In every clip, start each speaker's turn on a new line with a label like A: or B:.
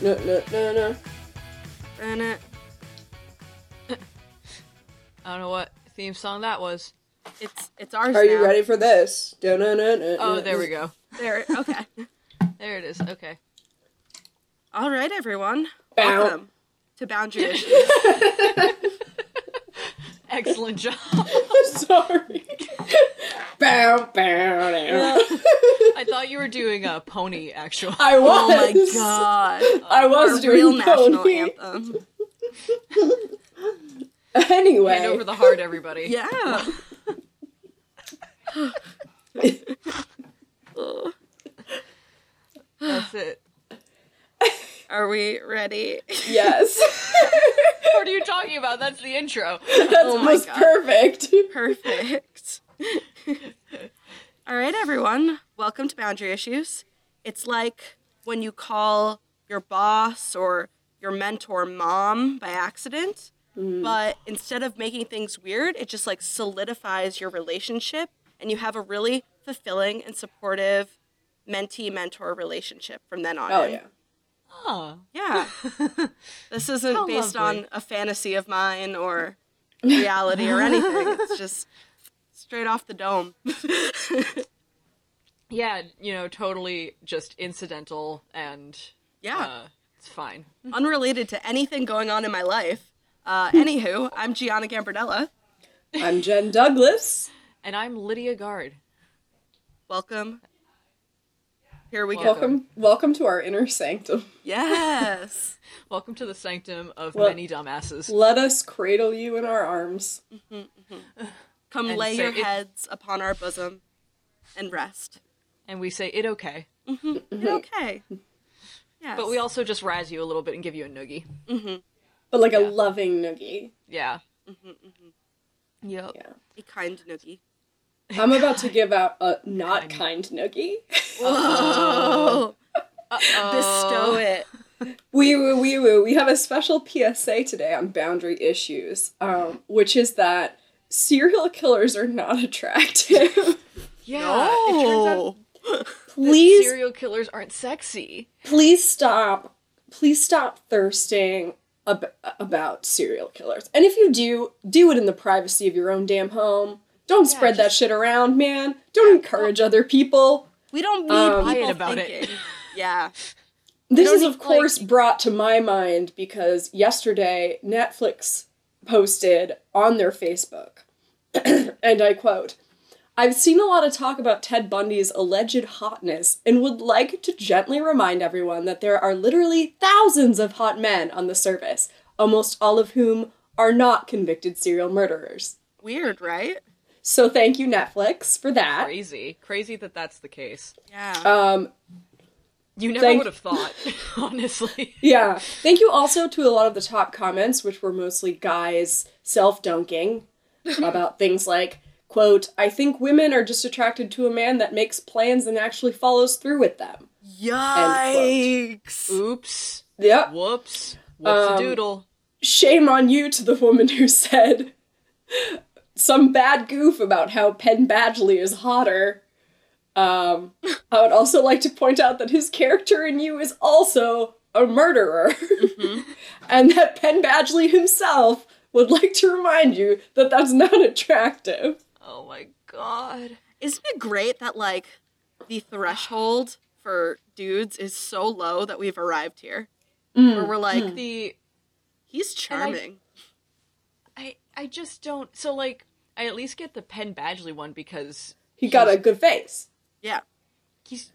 A: That's
B: I don't know what theme song that was.
C: It's it's ours.
A: Are you
C: now.
A: ready for this?
B: Oh,
A: Oh,
B: there we go.
C: There. Okay.
B: There it is. Okay.
C: All right, everyone.
A: Bow.
C: Welcome to Boundary Issues.
B: Excellent job.
A: Sorry. bow, bow, down.
B: I thought you were doing a pony actual.
A: I was.
C: Oh my god.
A: I was
C: Our
A: doing
C: real national
A: pony.
C: anthem.
A: Anyway.
B: Hand over the heart, everybody.
C: Yeah. Ugh.
B: That's it.
C: Are we ready?
A: Yes.
B: What are you talking about? That's the intro.
A: That's
C: Oh my
A: almost
C: God.
A: perfect.
C: Perfect. All right, everyone. Welcome to Boundary Issues. It's like when you call your boss or your mentor mom by accident,
A: Mm.
C: but instead of making things weird, it just like solidifies your relationship and you have a really fulfilling and supportive mentee mentor relationship from then on.
A: Oh,
C: in.
A: yeah.
B: Huh.
C: Yeah. this isn't
B: How
C: based
B: lovely.
C: on a fantasy of mine or reality or anything. It's just straight off the dome.
B: Yeah, you know, totally just incidental and
C: yeah.
B: uh, it's fine.
C: Uh, Unrelated to anything going on in my life. Uh, anywho, I'm Gianna Gambardella.
A: I'm Jen Douglas.
B: And I'm Lydia Guard.
C: Welcome. Here we go.
A: Welcome, welcome to our inner sanctum.
C: Yes.
B: Welcome to the sanctum of
A: Well-
B: many dumbasses.
A: Let us cradle you in our arms.
C: Come
B: And
C: lay
B: so
C: your
B: it-
C: heads upon our bosom and rest.
B: And we say it okay.
C: You're okay. Yes.
B: Mm-hmm. But we also just razz you a little bit and give you a noogie.
A: But like a loving noogie.
B: Yeah. Yep.
A: Yeah.
C: a kind noogie.
A: I'm about to give out a not kind noogie.
C: Oh, bestow it.
A: Wee woo wee woo. We have a special PSA today on boundary issues, um, which is that serial killers are not attractive.
B: Yeah. It turns out
C: Oh,
A: please,
B: serial killers aren't sexy.
A: please stop. Please stop thirsting ab- about serial killers. And if you do, do it in the privacy of your own damn home. Don't spread that shit around, man. Don't encourage other people.
C: we don't need
A: Um,
C: people
B: Quiet about it.
C: thinking. Yeah.
A: This
C: don't
A: is, of
C: think,
A: course, brought to my mind because yesterday Netflix posted on their Facebook, and I quote, I've seen a lot of talk about Ted Bundy's alleged hotness and would like to gently remind everyone that there are literally thousands of hot men on the surface, almost all of whom are not convicted serial murderers.
C: Weird, right?
A: So thank you, Netflix, for that.
B: Crazy. Crazy that that's the case.
C: Yeah.
A: Um,
B: You never
A: Thank-
B: would have thought, honestly.
A: Yeah. Thank you also to a lot of the top comments, which were mostly guys self dunking about things like, quote, I think women are just attracted to a man that makes plans and actually follows through with them.
C: Yikes.
B: Oops.
A: Yep.
B: Whoops. Whoops
A: Um,
B: a doodle.
A: Shame on you to the woman who said some bad goof about how Penn Badgley is hotter. Um, I would also like to point out that his character in you is also a murderer.
B: Mm-hmm.
A: and that Penn Badgley himself would like to remind you that that's not attractive.
B: Oh my god.
C: Isn't it great that, like, the threshold for dudes is so low that we've arrived here?
A: Mm.
C: Where we're like,
B: The
C: he's
B: I-
C: charming.
B: I I just don't so like I at least get the Penn Badgley one because
A: He got a good face.
C: Yeah.
B: he's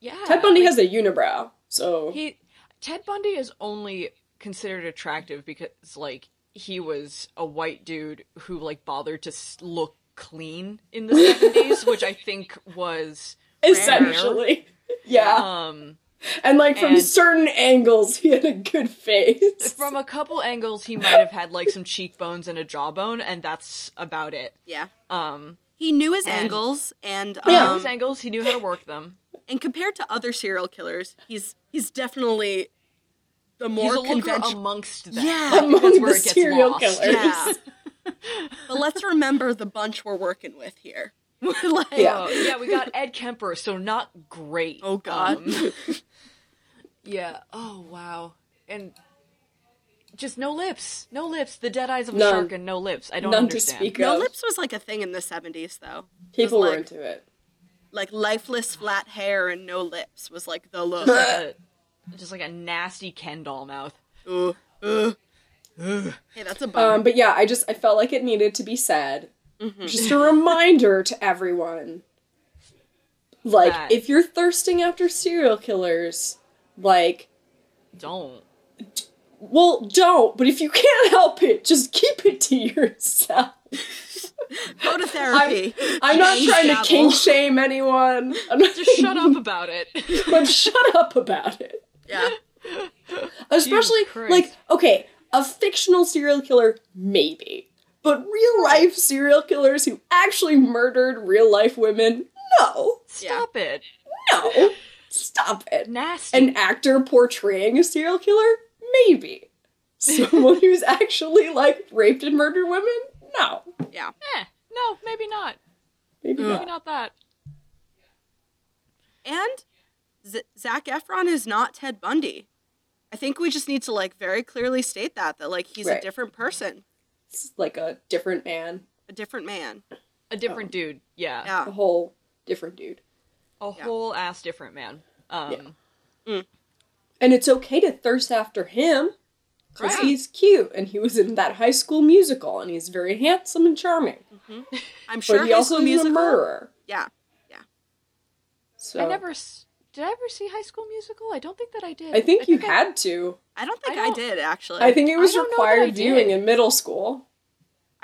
B: yeah.
A: Ted Bundy has a unibrow, so
B: he Ted Bundy is only considered attractive because like he was a white dude who like bothered to s- look clean in the 70s, which I think was
A: essentially. Yeah.
B: um
A: And like from
B: and-
A: certain angles, he had a good face.
B: from a couple angles he might have had like some cheekbones and a jawbone and that's about it.
C: Yeah.
B: Um
C: He knew his
B: And-
C: angles, and
A: Yeah.
C: um,
B: those angles he knew how to work them.
C: and compared to other serial killers, he's he's definitely the
B: He's
C: more
B: a looker
C: conventional.
B: amongst them.
C: Yeah.
B: Like,
A: Among
B: that's where
A: the
B: it gets
A: serial
B: lost.
A: killers.
C: yeah. but let's remember the bunch we're working with here. We're like,
A: Yeah.
B: Oh, yeah, we got Ed Kemper, so not great.
C: Oh, God.
B: Um, Yeah. Oh wow. And just no lips. No lips. The dead eyes of a
A: None.
B: shark and no lips. I don't
A: None to
B: understand.
A: speak
C: No
A: of.
C: lips was like a thing in the 70s though. It was,
A: People
C: like,
A: were into it.
C: like lifeless flat hair and no lips was like the look.
B: Uh, just like a nasty Ken doll mouth.
C: Ooh, ooh. Hey, that's a bummer.
A: Um, but yeah, I just I felt like it needed to be said.
B: Mm-hmm.
A: Just a reminder to everyone. Like,
B: That-
A: if you're thirsting after serial killers, like,
B: Don't.
A: well, don't. But if you can't help it, just keep it to yourself.
C: Go to therapy.
A: I'm not
C: King
A: trying to
C: Dabble.
A: kink shame anyone. I'm not
B: Just shut up about it.
A: but shut up about it.
C: yeah.
A: Especially
B: Christ.
A: like okay, a fictional serial killer maybe, but real life serial killers who actually murdered real life women, no,
B: Stop it.
A: no, stop it.
B: Nasty.
A: An actor portraying a serial killer, maybe. Someone who's actually like raped and murdered women, no,
C: Yeah.
B: Eh, no, maybe not.
A: maybe
B: Maybe
A: not.
B: not that.
C: And Z- Zach Efron is not Ted Bundy. I think we just need to like very clearly state that that like he's a
A: Right.
C: different person,
A: It's like a different man,
C: a different man.
B: A different dude. Yeah.
A: a
C: Yeah.
A: whole different dude.
B: A whole ass different man. Um,
A: And it's okay to thirst after him because
B: Right.
A: he's cute and he was in that high school musical and he's very handsome and charming.
C: I'm
A: But
C: sure
A: he
C: High
A: also
C: School
A: is
C: Musical-
A: a murderer.
C: Yeah.
A: So
B: I
A: I,
B: never. s- Did I ever see High School Musical? I don't think that I did.
A: think you
B: I-
A: had to.
C: I don't think
B: I
C: I,
B: don't-
C: did actually.
A: I think it was
B: don't know that I
A: required viewing
B: did.
A: in middle school.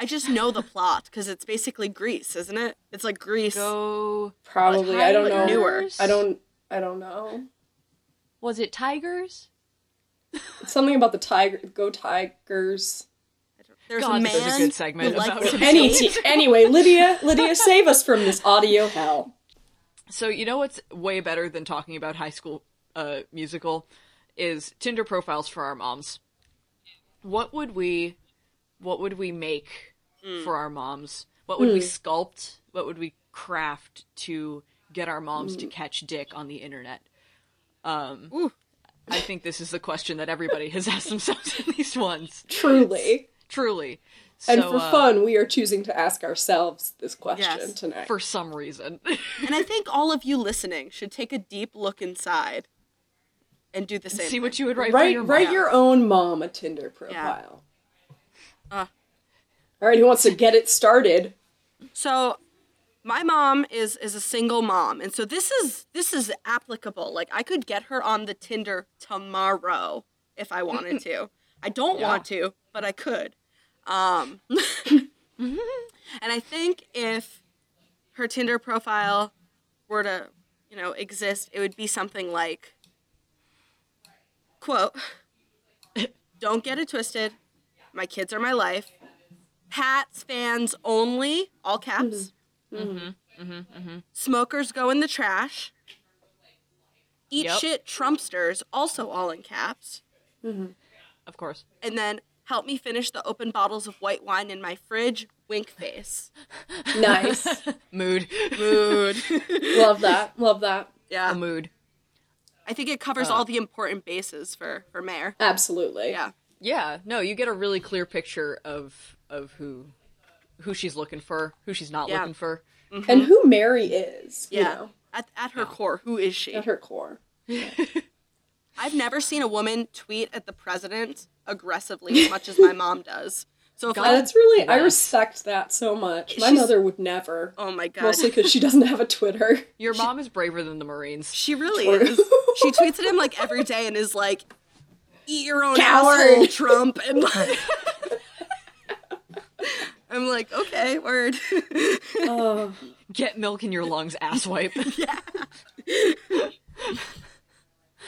C: I just know the plot cuz it's basically Greece, isn't it? It's like Greece.
B: Go.
A: Probably. I don't know.
C: newer.
B: Tigers?
A: I don't. I don't know.
B: Was it Tigers?
A: It's something about the tiger. Go Tigers.
C: There's a
B: God,
C: man.
B: this is a good segment
C: who likes
B: about
C: to
A: Any
C: date.
A: te- anyway, Lydia. Lydia, save us from this audio hell.
B: So you know what's way better than talking about High School uh, Musical is Tinder profiles for our moms. What would we, what would we make
A: Mm.
B: for our moms? What would we sculpt? What would we craft to get our moms
A: Mm.
B: to catch dick on the internet? Um,
C: Ooh.
B: I think this is the question that everybody has asked themselves at least once.
A: Truly.
B: Truly. So,
A: And for
B: uh,
A: fun, we are choosing to ask ourselves this question
C: Yes.
A: tonight.
B: for some reason.
C: And I think all of you listening should take a deep look inside and do the same.
B: See what you would write, for
A: Write
B: your
A: write
B: mom.
A: your own mom a Tinder profile.
C: Uh.
A: All right, who wants to get it started?
C: So my mom is is a single mom, and so this is this is applicable. Like I could get her on the Tinder tomorrow if I wanted to. I don't want to, but I could. Um, and I think if her Tinder profile were to, you know, exist, it would be something like quote Don't get it twisted. My kids are my life. Pats fans only, all caps. Mm-hmm. Mm-hmm. Smokers go in the trash. Eat
B: Yep.
C: shit Trumpsters, also all in caps.
B: Of course.
C: And then help me finish the open bottles of white wine in my fridge, wink face.
A: Nice.
B: Mood.
C: Mood.
A: Love that. Love that.
B: A
C: yeah.
B: mood.
C: I think it
A: Uh.
C: covers all the important bases for, for Mayor.
A: Absolutely.
C: Yeah.
B: Yeah, no, you get a really clear picture of of who who she's looking for, who she's not
C: Yeah.
B: looking for. Mm-hmm.
A: And who Mary is,
C: Yeah.
A: you know,
C: at, at her core, who is she?
A: at her core.
C: I've never seen a woman tweet at the president aggressively as much as my mom does. So if
A: Uh,
C: I,
A: That's really I
B: Yes.
A: respect that so much. My
C: She's-
A: mother would never.
C: oh my god,
A: Mostly because she doesn't have a Twitter.
B: Your mom is braver than the Marines.
C: she really
A: Or-
C: is. She tweets at him like every day and is like, "Eat your own
A: Coward.
C: asshole, Trump." And like, I'm like, okay, word.
A: Oh,
B: Get milk in your lungs, asswipe.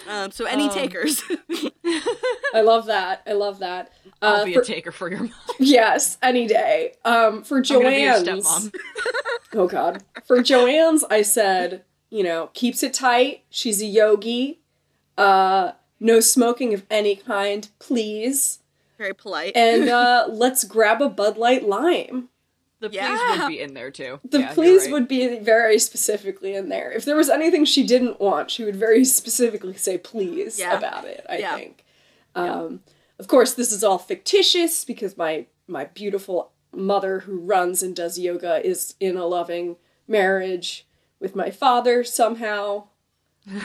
C: um, so any takers?
A: I love that. I love that.
B: I'll
A: Uh,
B: be
A: for-
B: a taker for your mom.
A: yes, any day. Um, for
B: I'm gonna be your
A: Joanne's,
B: stepmom.
A: Oh god. For Joanne's, I said, you know, keeps it tight. She's a yogi. Uh, no smoking of any kind, please.
C: Very polite.
A: And uh, let's grab a Bud Light lime.
B: The
C: Yeah.
B: please would be in there too.
A: The
B: Yeah, you're
A: please
B: right.
A: would be very specifically in there. If there was anything she didn't want, she would very specifically say please
C: Yeah.
A: about it, I
C: Yeah.
A: think. Um, Of course, this is all fictitious because my, my beautiful mother who runs and does yoga is in a loving marriage with my father somehow,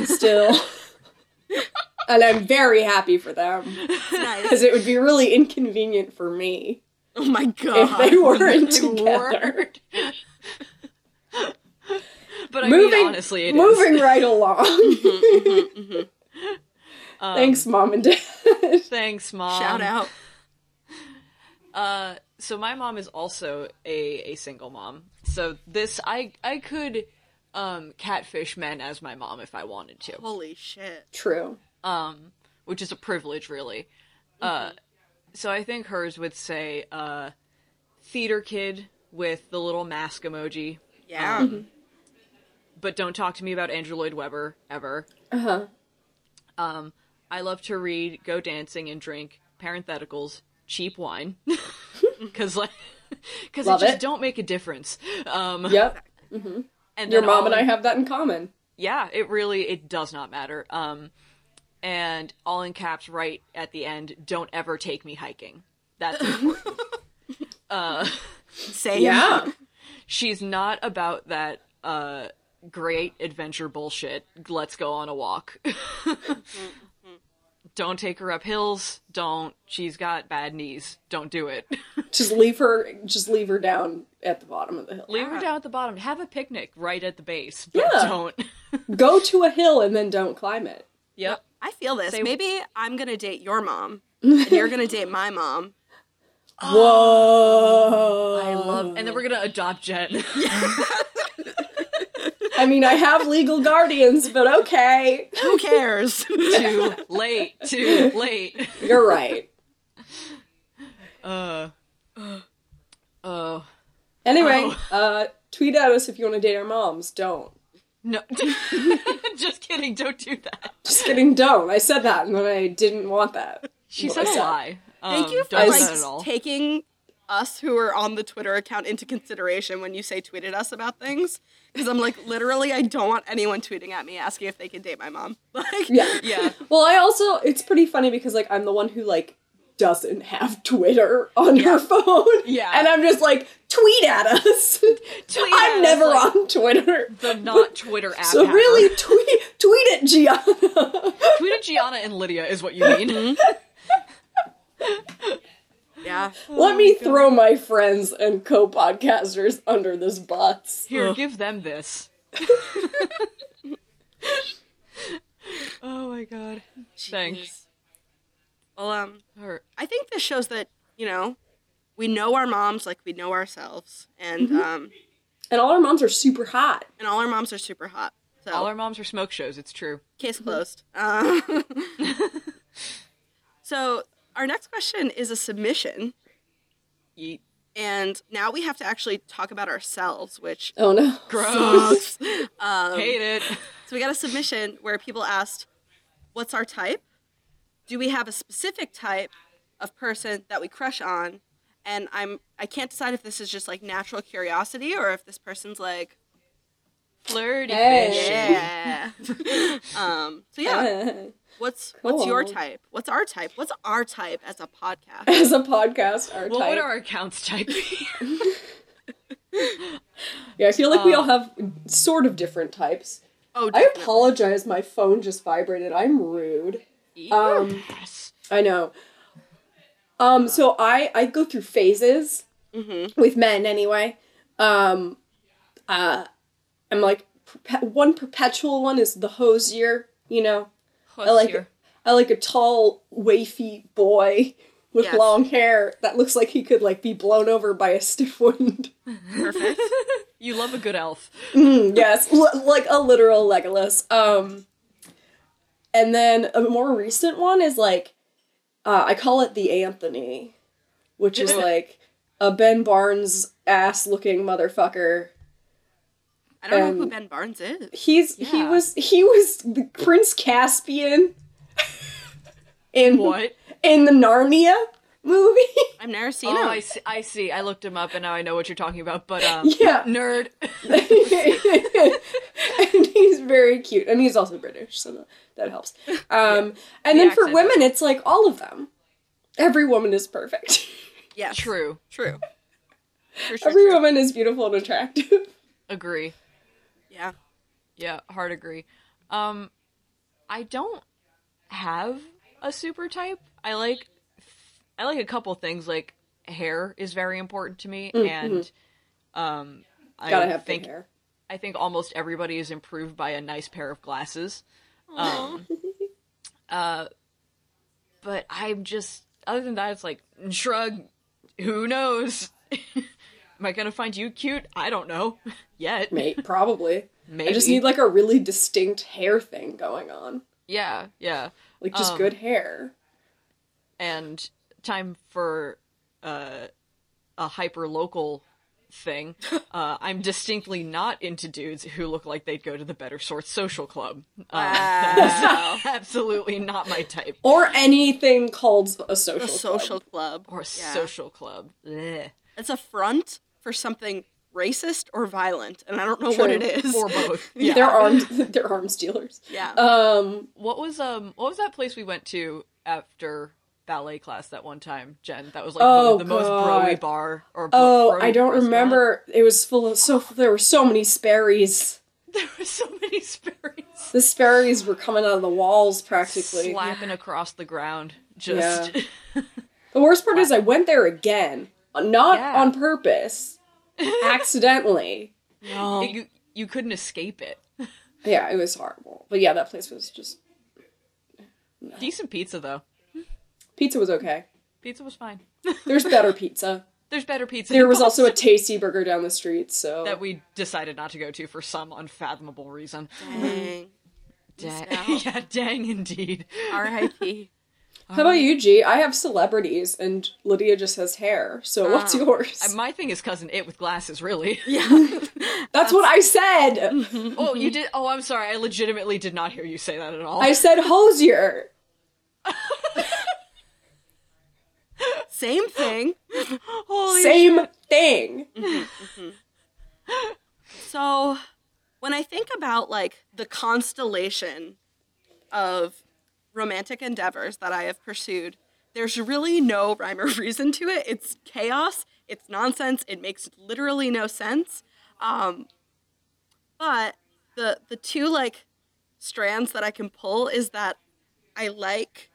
A: still. and I'm very happy for them
C: Nice.
A: because it would be really inconvenient for me
C: Oh my
A: if
C: god.
A: they weren't
B: They
A: together.
B: weren't. but I mean, honestly, it is. Mm-hmm,
A: moving right along.
B: Um,
A: Thanks, mom and dad.
B: Thanks, mom.
C: Shout out.
B: Uh, so my mom is also a a single mom. So this I I could um catfish men as my mom if I wanted to.
C: Holy shit.
A: True.
B: um, which is a privilege, really. Uh, so I think hers would say uh, theater kid with the little mask emoji,
C: Yeah.
A: Um,
B: but don't talk to me about Andrew Lloyd Webber ever.
A: Uh huh.
B: Um, I love to read, go dancing, and drink. Parentheticals, cheap wine, because like, because it
A: Love
B: just
A: it.
B: don't make a difference. Um,
A: Yep.
B: and
A: Your
B: then
A: mom
B: all
A: and I
B: in-
A: have that in common.
B: yeah, it really it does not matter. Um, and all in caps, right at the end. Don't ever take me hiking. That's important. uh,
C: Same.
B: she's not about that uh great adventure bullshit. Let's go on a walk. don't take her up hills. Don't. She's got bad knees. Don't do it.
A: Just leave her. Just leave her down at the bottom of the hill.
B: Leave her down at the bottom. Have a picnic right at the base. But
A: Yeah.
B: Don't.
A: Go to a hill and then don't climb it.
B: yep.
C: I feel this.
B: Say-
C: Maybe I'm gonna date your mom, and you're gonna date my mom.
A: Whoa!
B: I love. And then we're gonna adopt Jen.
A: I mean, I have legal guardians, but okay.
C: Who cares?
B: too late. Too late.
A: You're right.
B: Uh. Oh
A: Anyway, uh, tweet at us if you want to date our moms. Don't.
B: no! Just kidding. Don't do that.
A: Just kidding. Don't. I said that, and then I didn't want that.
B: She said
A: What I
B: a lie.
C: Thank
B: Um,
C: you for
B: don't do that at
C: like
B: all.
C: taking us who are on the Twitter account into consideration when you say tweeted us about things. Because I'm like, literally, I don't want anyone tweeting at me asking if they can date my mom. Like,
A: Yeah.
B: yeah.
A: Well, I also it's pretty funny because like I'm the one who like doesn't have Twitter on her phone.
B: Yeah.
A: And I'm just like, tweet at us.
B: Tweet
A: I'm
B: at
A: never
B: us, like,
A: on Twitter.
B: the not Twitter app.
A: so
B: hacker.
A: really tweet tweet at Gianna.
B: tweet at Gianna and Lydia is what you mean.
C: yeah.
B: Oh
A: Let me throw my friends and co-podcasters under this bus.
B: Here, give them this. oh my god. Thanks.
C: Jeez. Well, um,
B: Her-
C: I think this shows that you know we know our moms like we know ourselves, and um,
A: And all our moms are super hot.
C: and all our moms are super hot. So
B: All our moms are smoke shows. It's true.
C: case closed. Uh, so our next question is a submission,
B: Eat.
C: and now we have to actually talk about ourselves, which
A: Oh no.
B: Gross.
C: sucks. um,
B: Hate it.
C: So we got a submission where people asked, "What's our type? Do we have a specific type of person that we crush on?" And I'm I can't decide if this is just like natural curiosity or if this person's like,
B: Flirty
A: Hey.
B: fish.
C: yeah. um, so yeah, what's what's your
A: Cool.
C: type? What's our type? What's our type as a podcast?
A: As a podcast, our
B: Well,
A: type.
B: what are our accounts type?
A: yeah, I feel like we
B: uh,
A: all have sort of different types.
C: Oh,
A: I
C: definitely.
A: apologize. My phone just vibrated. I'm rude.
B: Eat
A: Um,
B: your ass.
A: I know. Um, so I I go through phases with men anyway. Um, uh, I'm like perpe- one perpetual one is the hosier. You know, I like
B: Hussier.
A: I like a tall, wafy boy with
C: Yes.
A: long hair that looks like he could like be blown over by a stiff wind.
C: perfect.
B: You love a good elf.
A: yes, l- like a literal Legolas. Um, and then a more recent one is like, uh, I call it the Anthony, which is like a Ben Barnes ass looking motherfucker.
C: I don't know who
A: Um,
C: Ben Barnes is.
A: He's he
B: Yeah.
A: was he was the Prince Caspian in
B: What?
A: in the Narnia movie.
C: I've never seen
B: Oh,
C: him.
B: I see, I see. I looked him up, and now I know what you're talking about. But um,
A: Yeah.
B: nerd.
A: and he's very cute, and he's also British, so that- that helps. Um, and then for
B: accent.
A: women, it's like all of them. Every woman is perfect.
C: Yes.
B: True.
C: True. True, true,
A: Every
C: true.
A: woman is beautiful and attractive.
B: Agree.
C: Yeah.
B: Yeah, hard agree. Um, I don't have a super type. I like, I like a couple things. Like hair is very important to me, and um, I
A: Mm, mm-hmm. Gotta have
B: think
A: big hair.
B: I think almost everybody is improved by a nice pair of glasses. Um, uh, but I'm just other than that, it's like shrug. Who knows? Am I gonna find you cute? I don't know yet.
A: Mate, probably. I just
B: Maybe.
A: need like a really distinct hair thing going on.
B: Yeah, yeah.
A: Like just
B: Um,
A: good hair.
B: and time for uh, a hyper local thing. Uh, I'm distinctly not into dudes who look like they'd go to the Better Sorts Social Club. Uh,
C: Wow.
B: absolutely not my type.
A: Or anything called a social
C: a social club.
B: Or a
C: Yeah.
B: social club. Bleh.
C: It's a front for something racist or violent, and I don't know what
A: True.
C: it is.
B: Or both.
A: club.
B: Yeah.
A: They're armed they're arms dealers.
C: yeah.
A: Um
B: What was um what was that place we went to after ballet class that one time, Jen? That was like
A: Oh,
B: the, the most
A: God.
B: broy bar or bro-
A: Oh,
B: broy
A: I don't
B: restaurant.
A: remember. It was full of so there were so many Sperry's.
B: There were so many Sperry's
A: The Sperry's were coming out of the walls practically.
B: slapping across the ground. Just
A: The worst part is I went there again, not
B: Yeah.
A: on purpose, accidentally. Oh.
B: you you couldn't escape it.
A: Yeah, it was horrible. But yeah, that place was just
B: Decent pizza though.
A: pizza was okay.
B: Pizza was fine.
A: There's better pizza.
B: There's better pizza.
A: There was also a tasty burger down the street, so
B: that we decided not to go to for some unfathomable reason.
C: Dang.
B: Dang.
C: out.
B: yeah, dang indeed.
C: R.I.P.
A: How about you, G? I have celebrities, and Lydia just has hair. So what's yours?
B: Uh, My thing is cousin it with glasses, really.
C: Yeah.
A: that's what I said.
B: oh, you did. Oh, I'm sorry. I legitimately did not hear you say that at all.
A: I said hosier.
C: Same thing.
B: Holy
A: Same thing.
C: So, when I think about like the constellation of romantic endeavors that I have pursued, there's really no rhyme or reason to it. It's chaos, it's nonsense, it makes literally no sense. Um, but the the two like strands that I can pull is that I like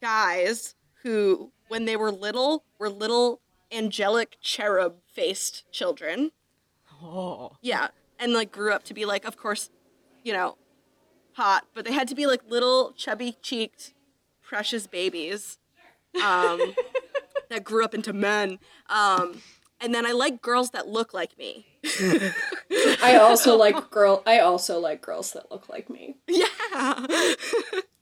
C: guys who, when they were little, were little angelic cherub faced children.
B: Oh,
C: Yeah. And like grew up to be like, of course, you know, hot, but they had to be like little chubby cheeked, precious babies um, that grew up into men. Um, and then I like girls that look like me.
A: I also like girl. I also like girls that look like me.
C: Yeah.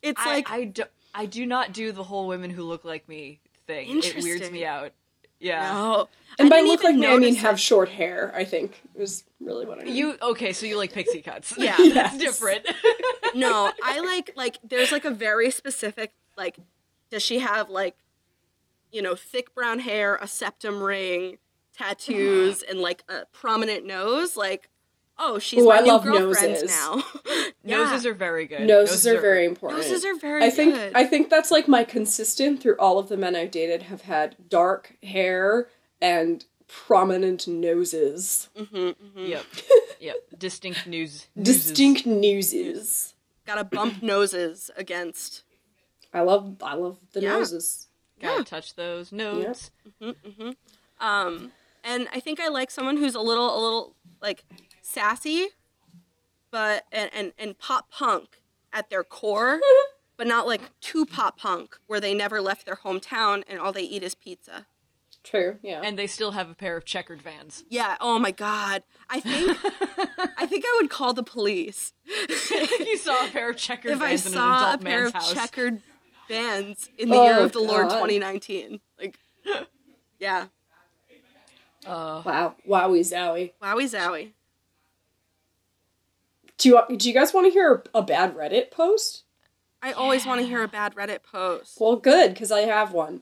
C: it's
B: I,
C: like,
B: I do. I do not do the whole women who look like me thing. It weirds
C: Interesting.
B: me out. Yeah.
C: no.
A: And by
C: didn't
A: look like
C: even
A: me, I mean
C: notice
A: have
C: it.
A: short hair. I think is really what I mean.
B: You okay? So you like pixie cuts?
C: Yeah.
B: that's different.
C: no, I like like there's like a very specific like does she have like you know thick brown hair, a septum ring, tattoos and like a prominent nose like oh she's
A: Ooh,
C: my
A: I
C: new
A: love
C: girlfriend
A: noses.
C: now.
B: Noses are very good.
A: Noses are very important.
C: noses are very
A: I think
C: good.
A: I think that's like my consistent through all of the men I've dated have had dark hair and prominent noses.
B: Yep. Yep. Distinct news.
A: Distinct noses.
C: Got to bump noses against
A: I love I love the
C: Yeah.
A: noses.
B: Gotta touch those notes.
C: Um, and I think I like someone who's a little, a little like sassy, but and and, and pop punk at their core, but not like too pop punk where they never left their hometown and all they eat is pizza.
A: True. Yeah.
B: And they still have a pair of checkered vans.
C: Yeah. Oh my God. I think I think I would call the police
B: if you saw a pair of checkered
C: if I
B: vans in an
C: saw a
B: adult
C: pair
B: man's
C: of
B: house.
C: checkered vans in the
A: Oh,
C: year of the Lord
A: God.
C: 2019. Like, yeah.
A: wow. Wowie zowie.
C: Wowie zowie.
A: Do you do you guys want to hear a bad Reddit post?
C: I always want to hear a bad Reddit post.
A: Well, good, because I have one.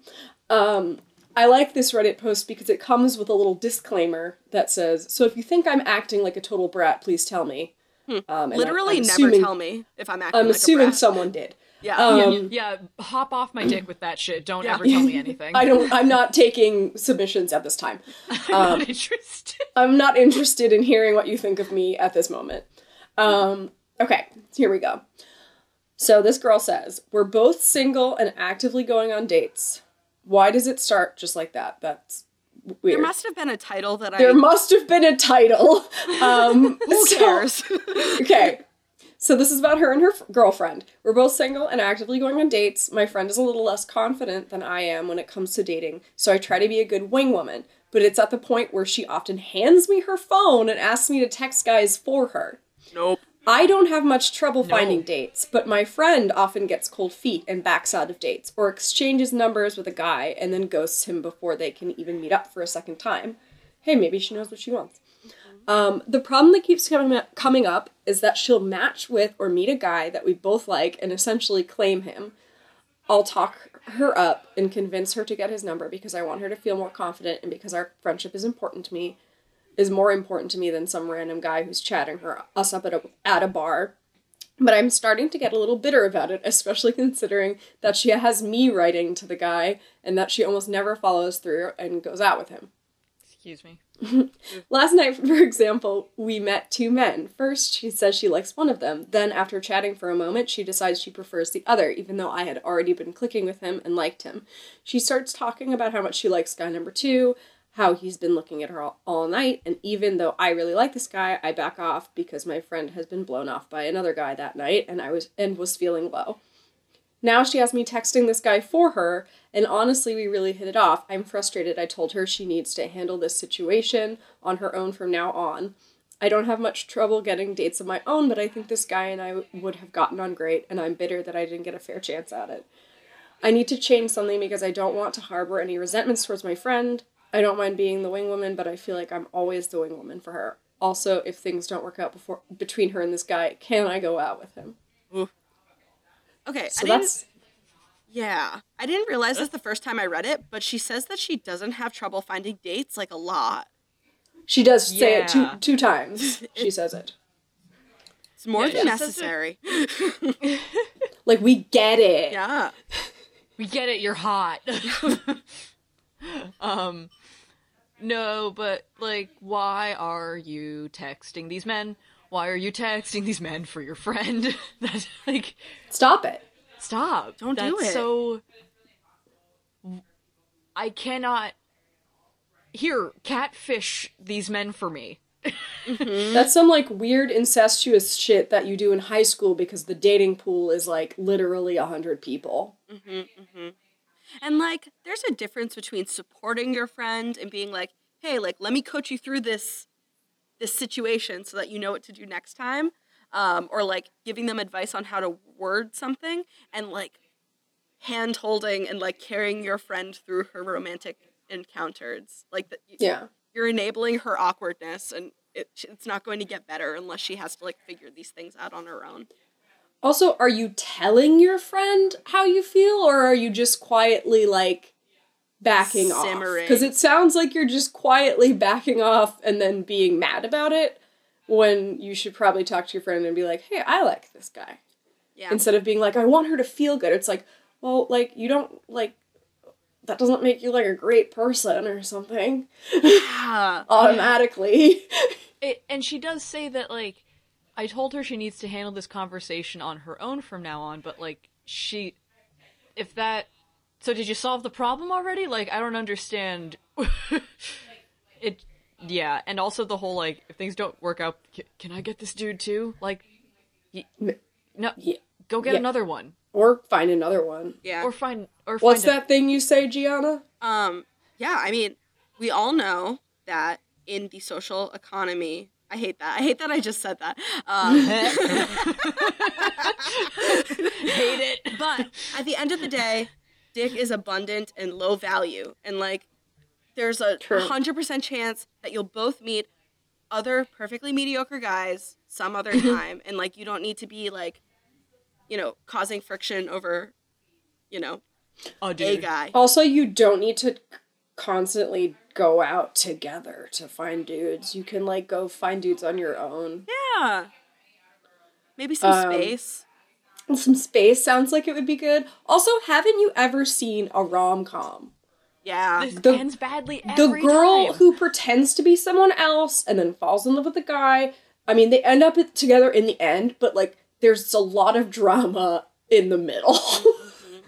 A: Um, I like this Reddit post because it comes with a little disclaimer that says, So if you think I'm acting like a total brat, please tell me. Um, and I'm-
C: Hmm. Literally,
A: I'm
C: never
A: assuming-
C: tell me if I'm acting
A: I'm
C: like a
A: assuming
C: brat.
A: someone did.
C: Yeah.
A: Um,
B: yeah, hop off my dick with that shit. Don't
C: Yeah.
B: ever tell me anything.
A: I don't. I'm not taking submissions at this time.
B: I'm not interested.
C: Uh,
A: I'm not interested in hearing what you think of me at this moment. Um, okay, here we go. So this girl says, We're both single and actively going on dates. Why does it start just like that? That's weird.
C: there must have been a title that I.
A: There must have been a title. Um,
C: who
A: so-
C: cares?
A: okay. So this is about her and her f- girlfriend. We're both single and actively going on dates. My friend is a little less confident than I am when it comes to dating, so I try to be a good wing woman. But it's at the point where she often hands me her phone and asks me to text guys for her.
C: nope.
A: I don't have much trouble finding dates, but my friend often gets cold feet and backs out of dates or exchanges numbers with a guy and then ghosts him before they can even meet up for a second time. Hey, maybe she knows what she wants. Um, the problem that keeps coming up, coming up is that she'll match with or meet a guy that we both like and essentially claim him. I'll talk her up and convince her to get his number because I want her to feel more confident and because our friendship is important to me is more important to me than some random guy who's chatting her us up at a, at a bar. But I'm starting to get a little bitter about it, especially considering that she has me writing to the guy and that she almost never follows through and goes out with him.
B: Excuse me.
A: Last night, for example, we met two men. First, she says she likes one of them. Then, after chatting for a moment, she decides she prefers the other, even though I had already been clicking with him and liked him. She starts talking about how much she likes guy number two, how he's been looking at her all, all night, and even though I really like this guy, I back off because my friend has been blown off by another guy that night, and I was and was feeling low. Now she has me texting this guy for her, and honestly, we really hit it off. I'm frustrated. I told her she needs to handle this situation on her own from now on. I don't have much trouble getting dates of my own, but I think this guy and I w- would have gotten on great, and I'm bitter that I didn't get a fair chance at it. I need to change something because I don't want to harbor any resentments towards my friend. I don't mind being the wing woman, but I feel like I'm always the wing woman for her. Also, if things don't work out before between her and this guy, can I go out with him?
C: Okay, I
A: So
C: didn't.
A: that's
C: Yeah, I didn't realize this the first time I read it, but she says that she doesn't have trouble finding dates like a lot.
A: She does say it two
B: Yeah.
A: two times. She says it.
C: It's more
B: Yeah,
C: than
B: she says it-
C: necessary.
A: Like we get it.
C: yeah.
B: We get it, you're hot. um no, but like why are you texting these men? Why are you texting these men for your friend? That's like
A: Stop it.
B: stop.
C: Don't
B: That's
C: do it.
B: So I cannot here catfish these men for me.
A: That's some like weird incestuous shit that you do in high school because the dating pool is like literally a hundred people.
C: And like, there's a difference between supporting your friend and being like, "Hey, like, let me coach you through this this situation so that you know what to do next time," um, or like giving them advice on how to word something, and like hand holding and like carrying your friend through her romantic encounters. Like, that you-
A: Yeah.
C: you're enabling her awkwardness, and it, it's not going to get better unless she has to like figure these things out on her own.
A: Also, are you telling your friend how you feel or are you just quietly like backing off?
C: Simmering.
A: Because it sounds like you're just quietly backing off and then being mad about it when you should probably talk to your friend and be like, hey, I like this guy.
C: Yeah.
A: instead of being like i want her to feel good it's like well like you don't like that doesn't make you like a great person or something
C: Yeah.
A: automatically
B: It, and she does say that like I told her she needs to handle this conversation on her own from now on, but like she if that so did you solve the problem already? Like I don't understand it yeah, and also the whole like if things don't work out c- can I get this dude too? Like y- no
A: yeah.
B: go get
A: yeah.
B: another one
A: or find another one
C: Yeah.
B: or find or
A: what's
B: find a-
A: that thing you say gianna
C: Um, yeah, I mean, we all know that in the social economy, I hate that. I hate that I just said that. Um,
B: hate it.
C: but at the end of the day, dick is abundant and low value. And like, there's a
A: True.
C: 100% chance that you'll both meet other perfectly mediocre guys some other time. and like, you don't need to be like, you know, causing friction over, you know,
B: Oh,
C: a
B: dude.
C: guy.
A: Also, you don't need to constantly go out together to find dudes. You can like go find dudes on your own.
C: Yeah. Maybe some
A: Um,
C: space.
A: Some space sounds like it would be good. Also, haven't you ever seen a rom com?
C: Yeah.
B: This
A: the-
B: ends badly
A: The
B: every
A: girl
B: time.
A: who pretends to be someone else and then falls in love with the guy. I mean, they end up together in the end, but like there's a lot of drama in the middle.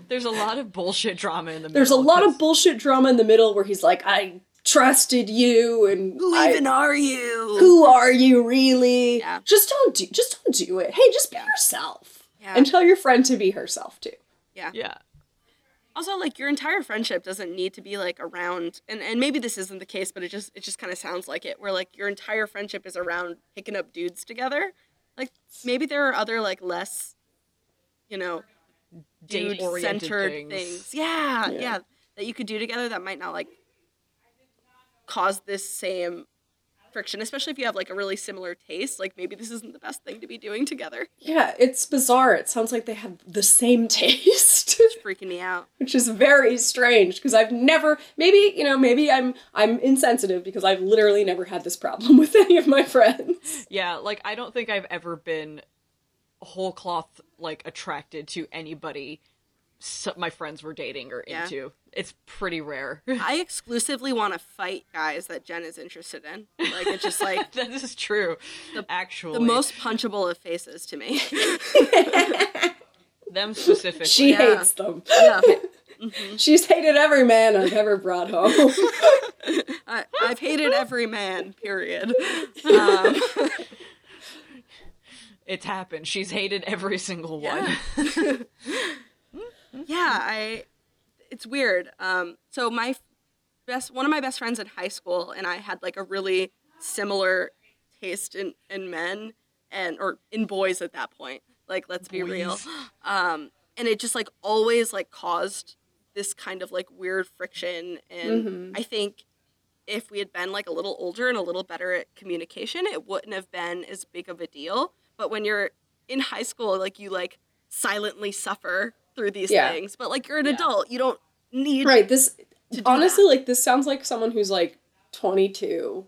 B: There's a lot of bullshit drama in the middle.
A: there's a lot of
B: 'cause-
A: bullshit drama in the middle where he's like, I trusted you and
C: Who
A: I-
C: even are you?
A: who are you really?
C: Yeah.
A: Just don't do just don't do it. Hey, just be yourself.
C: Yeah.
A: And tell your friend to be herself too.
B: Yeah.
C: also like your entire friendship doesn't need to be like around and, and maybe this isn't the case but it just it just kind of sounds like it where like your entire friendship is around picking up dudes together like maybe there are other like less you know dude
B: Date-oriented
C: centered things,
B: things.
C: Yeah,
A: Yeah.
C: yeah that you could do together that might not like cause this same friction especially if you have like a really similar taste like maybe this isn't the best thing to be doing together
A: Yeah, it's bizarre. It sounds like they have the same taste,
C: it's freaking me out
A: which is very strange because I've never maybe, you know, maybe I'm I'm insensitive because I've literally never had this problem with any of my friends.
B: Yeah, like I don't think I've ever been whole cloth like attracted to anybody so my friends were dating or
C: Yeah.
B: into. It's pretty rare.
C: I exclusively want to fight guys that Jen is interested in. Like it's just like
B: that is true. Actually,
C: the most punchable of faces to me.
B: them specifically.
A: She
C: Yeah.
A: hates them.
C: yeah. Mm-hmm.
A: She's hated every man I've ever brought home.
C: I, I've hated every man. Period. Um,
B: It's happened. She's hated every single one.
C: yeah, I. It's weird. Um, so my f- best, one of my best friends in high school, and I had like a really similar taste in in men and or in boys at that point. Like, let's be real.
B: Boys.
C: Um, and it just like always like caused this kind of like weird friction. And
B: Mm-hmm.
C: I think if we had been like a little older and a little better at communication, it wouldn't have been as big of a deal. But when you're in high school, like you like silently suffer through these
A: Yeah.
C: things. But like you're an adult, you don't need
A: right, this
C: do
A: honestly like this sounds like someone who's like 22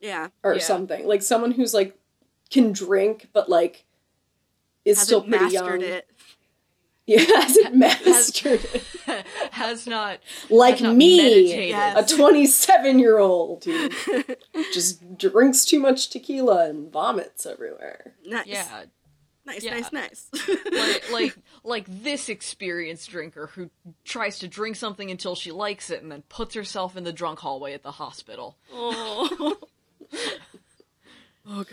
C: Yeah.
A: or
B: Yeah.
A: something. Like someone who's like can drink but like is still
C: Hasn't
A: pretty
C: mastered
A: young.
C: it.
A: Yeah, hasn't mastered it.
B: Has not
A: Like
B: has not
A: me,
B: meditated.
C: Yes.
A: a 27 year old who just drinks too much tequila and vomits everywhere.
C: Nice.
B: Yeah,
C: Nice,
B: Yeah.
C: nice, nice.
B: like, like like this experienced drinker who tries to drink something until she likes it and then puts herself in the drunk hallway at the hospital.
C: oh. oh god.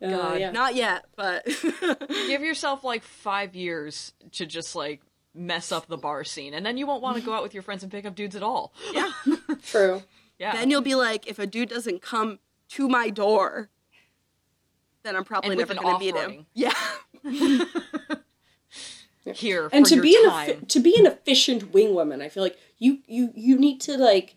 A: Uh,
B: God.
A: yeah.
C: Not yet, but
B: give yourself like five years to just like mess up the bar scene and then you won't want to go out with your friends and pick up dudes at all
C: yeah.
A: True.
B: yeah
C: Then you'll be like, if a dude doesn't come to my door, then I'm probably
B: And with
C: never
B: an
C: going to meet him.
B: offering.
C: Yeah.
B: here
A: And
B: for
A: to
B: your
A: be an
B: time.
A: effi- to be an efficient wing woman, I feel like you you you need to like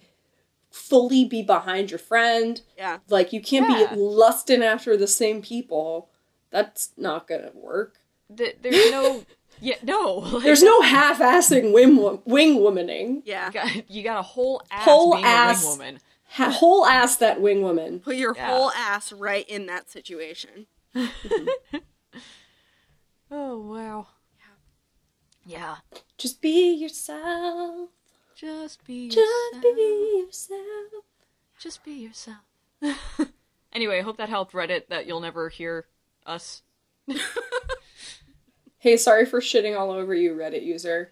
A: fully be behind your friend.
C: Yeah.
A: Like you can't
B: Yeah.
A: be lusting after the same people. That's not gonna work.
B: Th- there's no yeah no like,
A: There's no half-assing wing wo- wing womaning.
C: Yeah.
B: you got, you got a whole ass
A: Whole
B: being
A: ass.
B: a wing woman
A: Ha- whole ass that wing woman.
C: Put your
B: Yeah.
C: whole ass right in that situation.
B: oh wow yeah
A: Just be yourself.
B: just be
A: Just
B: yourself.
A: be yourself.
B: just be yourself anyway hope that helped reddit that you'll never hear us
A: Hey, sorry for shitting all over you, Reddit user.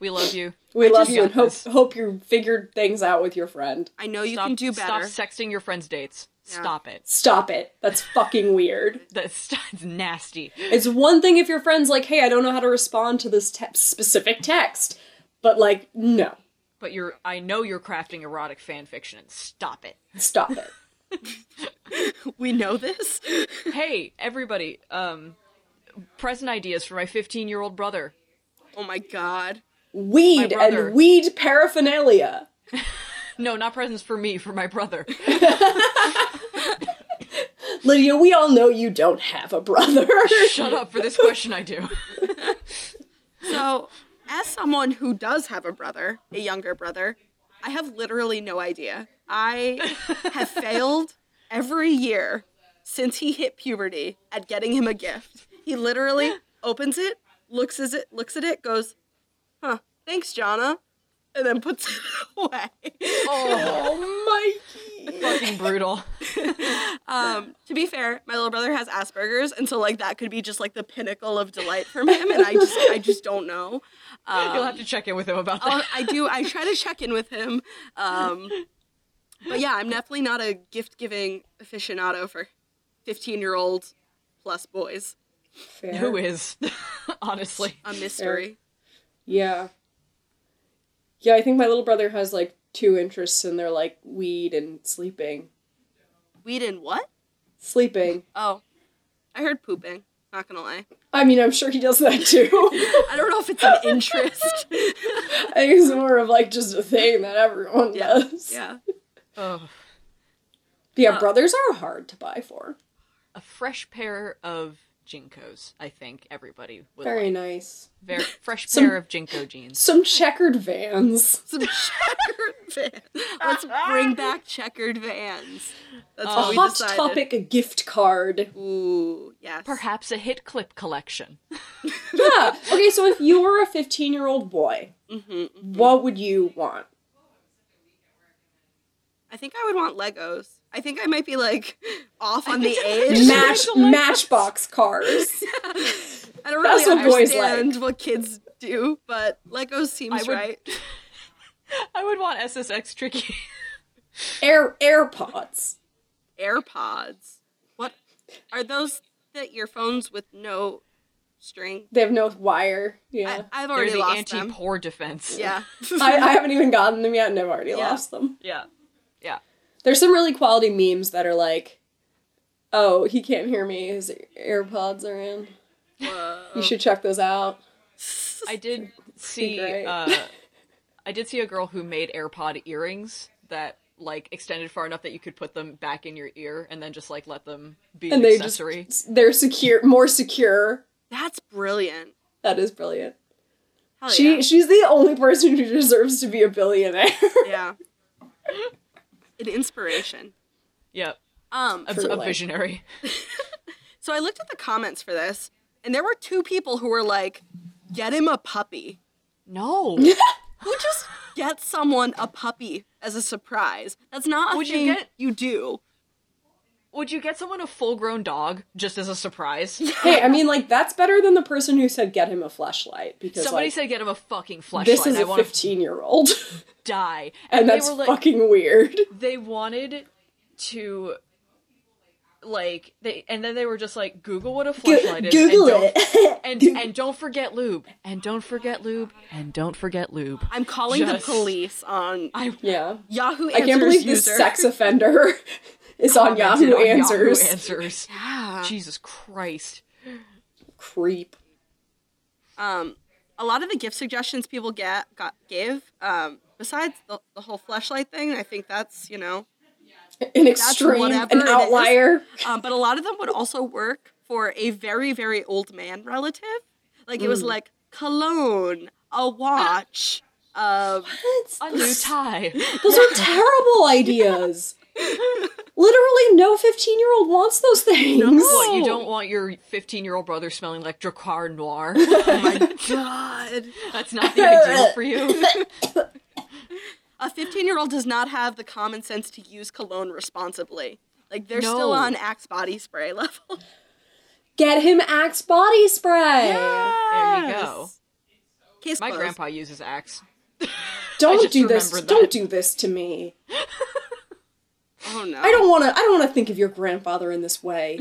B: we love you
A: We love
B: just
A: you and
B: got
A: hope
B: this.
A: hope you figured things out with your friend.
C: I know you
B: stop,
C: can do better.
B: stop sexting your friends dates
C: Yeah.
B: stop it
A: Stop it. That's fucking weird.
B: That's that's nasty.
A: It's one thing if your friend's like, "Hey, I don't know how to respond to this te- specific text," but like, no,
B: But you're I know you're crafting erotic fan fiction and stop it.
A: stop it.
C: we know this.
B: Hey, everybody, um present ideas for my 15-year-old brother.
C: Oh my god.
A: Weed
B: brother.
A: and weed paraphernalia.
B: No, not presents for me, for my brother.
A: Lydia, we all know you don't have a brother.
B: Shut up for this question I do.
C: So, as someone who does have a brother, a younger brother, I have literally no idea. I have failed every year since he hit puberty at getting him a gift. He literally opens it, looks at it, looks at it, goes, "Huh, thanks, Jonna," and then puts it away.
A: Oh, Mikey.
B: Fucking brutal.
C: Um, to be fair, my little brother has Asperger's, and so like that could be just like the pinnacle of delight from him, and I just I just don't know. Um,
B: You'll have to check in with him about
C: I'll-
B: that.
C: I do. I try to check in with him. Um, but yeah, I'm definitely not a gift giving aficionado for 15 year old plus boys. uh,
A: Fair.
B: Who is? Honestly.
C: A mystery.
A: Yeah. Yeah, I think my little brother has like two interests, and they're like weed and sleeping.
C: Weed and what?
A: Sleeping.
C: Oh, I heard pooping. Not gonna lie.
A: I mean, I'm sure he does that too.
C: I don't know if it's an interest.
A: I think it's more of like just a thing that everyone
C: yeah.
A: does.
C: Yeah. Uh,
B: Oh.
A: But yeah, brothers are hard to buy for.
B: A fresh pair of Jinkos, I think everybody would
A: Very
B: like.
A: nice.
B: Very fresh
A: Some-
B: pair of Jinko jeans.
A: Some checkered vans.
C: Some checkered vans. Let's bring back checkered vans. That's
A: A
C: what we
A: hot
C: decided.
A: topic gift card.
C: Ooh, yes.
B: Perhaps a hit clip collection.
A: yeah. Okay, so if you were a 15 year old boy,
C: Mm-hmm,
A: what would you want?
C: I think I would want Legos. I think I might be like off on the edge.
A: Match matchbox cars.
C: I don't
A: That's
C: really
A: what boys
C: understand what kids do, but Legos seems
B: I would-
C: right.
B: I would want SSX Tricky.
A: Air AirPods.
C: AirPods. What are those? The earphones with no string.
A: They have no wire. Yeah.
C: I, have
B: They're
C: already
B: the
C: lost
B: anti
C: them.
B: poor defense.
C: Yeah.
A: I, I haven't even gotten them yet and I've already
C: Yeah.
A: lost them.
B: Yeah. Yeah.
A: There's some really quality memes that are like, oh, he can't hear me. His AirPods are in. You should check those out.
B: I did see
A: great.
B: uh, I did see a girl who made AirPod earrings that like extended far enough that you could put them back in your ear and then just like let them be
A: And
B: an
A: they
B: accessory.
A: just, they're secure, more secure.
C: That's brilliant.
A: That is brilliant.
B: Oh,
C: Hell
A: She
C: yeah.
A: she's the only person who deserves to be a billionaire.
C: yeah. An inspiration.
B: Yeah.
C: Um.
B: A,
A: For
B: a
A: life.
B: visionary.
C: So I looked at the comments for this, and there were two people who were like, "Get him a puppy."
B: No.
C: Who just gets someone a puppy as a surprise? That's not a
B: Would you
C: thing
B: get-
C: you do.
B: Would you get someone a full grown dog just as a surprise?
A: hey, I mean, like that's better than the person who said get him a flashlight because
B: Somebody
A: like,
B: said get him a fucking flashlight.
A: this is
B: I
A: a
B: want to
A: fifteen year old,
B: die.
A: and
B: they
A: that's
B: were like
A: fucking weird.
B: they wanted to like they and then they were just like Google what a flashlight is. and
A: Google
B: don't-
A: it.
B: and and don't forget lube and don't forget lube and don't forget lube
C: I'm calling
B: Just-
C: the police on
B: i
A: yeah,
C: Yahoo Answers
A: I can't believe
C: user.
A: this sex offender is on Yahoo
B: commented on
A: Answers.
B: Yahoo answers
C: Yeah.
B: jesus christ
A: Creep.
C: Um, a lot of the gift suggestions people get got give. Um, besides the, the whole flashlight thing, I think that's you know.
A: An extreme,
C: whatever it
A: an
C: is.
A: outlier.
C: Um, but a lot of them would also work for a very very old man relative. Like it
B: Mm.
C: was like cologne, a watch. Um,
B: a new tie
A: Those are terrible ideas. Literally, no 15 year old wants those things.
B: what you don't want your 15 year old brother smelling like dracar noir Oh
C: God.
B: that's not the ideal for you
C: A 15 year old does not have the common sense to use cologne responsibly. Like they're
B: No.
C: still on Axe body spray level.
A: Get him Axe body spray.
B: there you go
C: Case
B: my
C: closed.
B: grandpa uses axe
A: Don't
B: just
A: do this.
B: remembered
A: Don't
B: that.
A: do this to me.
C: Oh no.
A: I don't want to. I don't want to think of your grandfather in this way.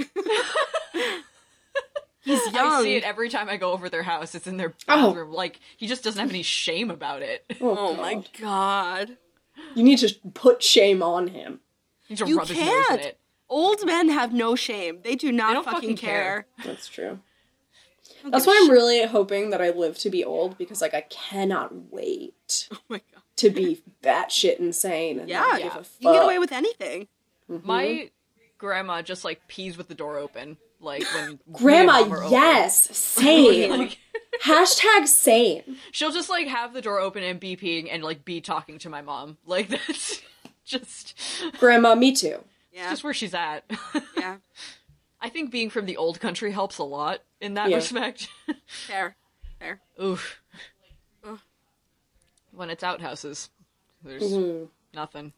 C: He's
B: i
C: young.
B: see it every time i go over their house it's in their bathroom like he just doesn't have any shame about it you
C: Oh my god.
A: You need to put shame on him.
B: just
C: You
B: rub his nose in
C: can't.
B: it
C: Old men have no shame. They do not
B: don't
C: fucking
B: fucking
C: care.
B: care.
A: That's true. That's why I'm really hoping that I live to be old because, like, I cannot wait
C: Oh my god.
A: to be batshit insane and
C: Yeah.
A: not give a fuck.
C: You can get away with anything.
B: My grandma just like pees with the door open, like when me and
A: Grandma,
B: Mom are over.
A: yes, same.
B: Like,
A: Hashtag same.
B: She'll just like have the door open and be peeing and like be talking to my mom. Like that's just
A: Grandma, me too.
C: Yeah.
B: just where she's at.
C: yeah.
B: I think being from the old country helps a lot in that
A: Yeah.
B: respect.
C: Fair. Fair.
B: Oof.
C: Ugh.
B: When it's outhouses, there's
A: Mm-hmm.
B: nothing.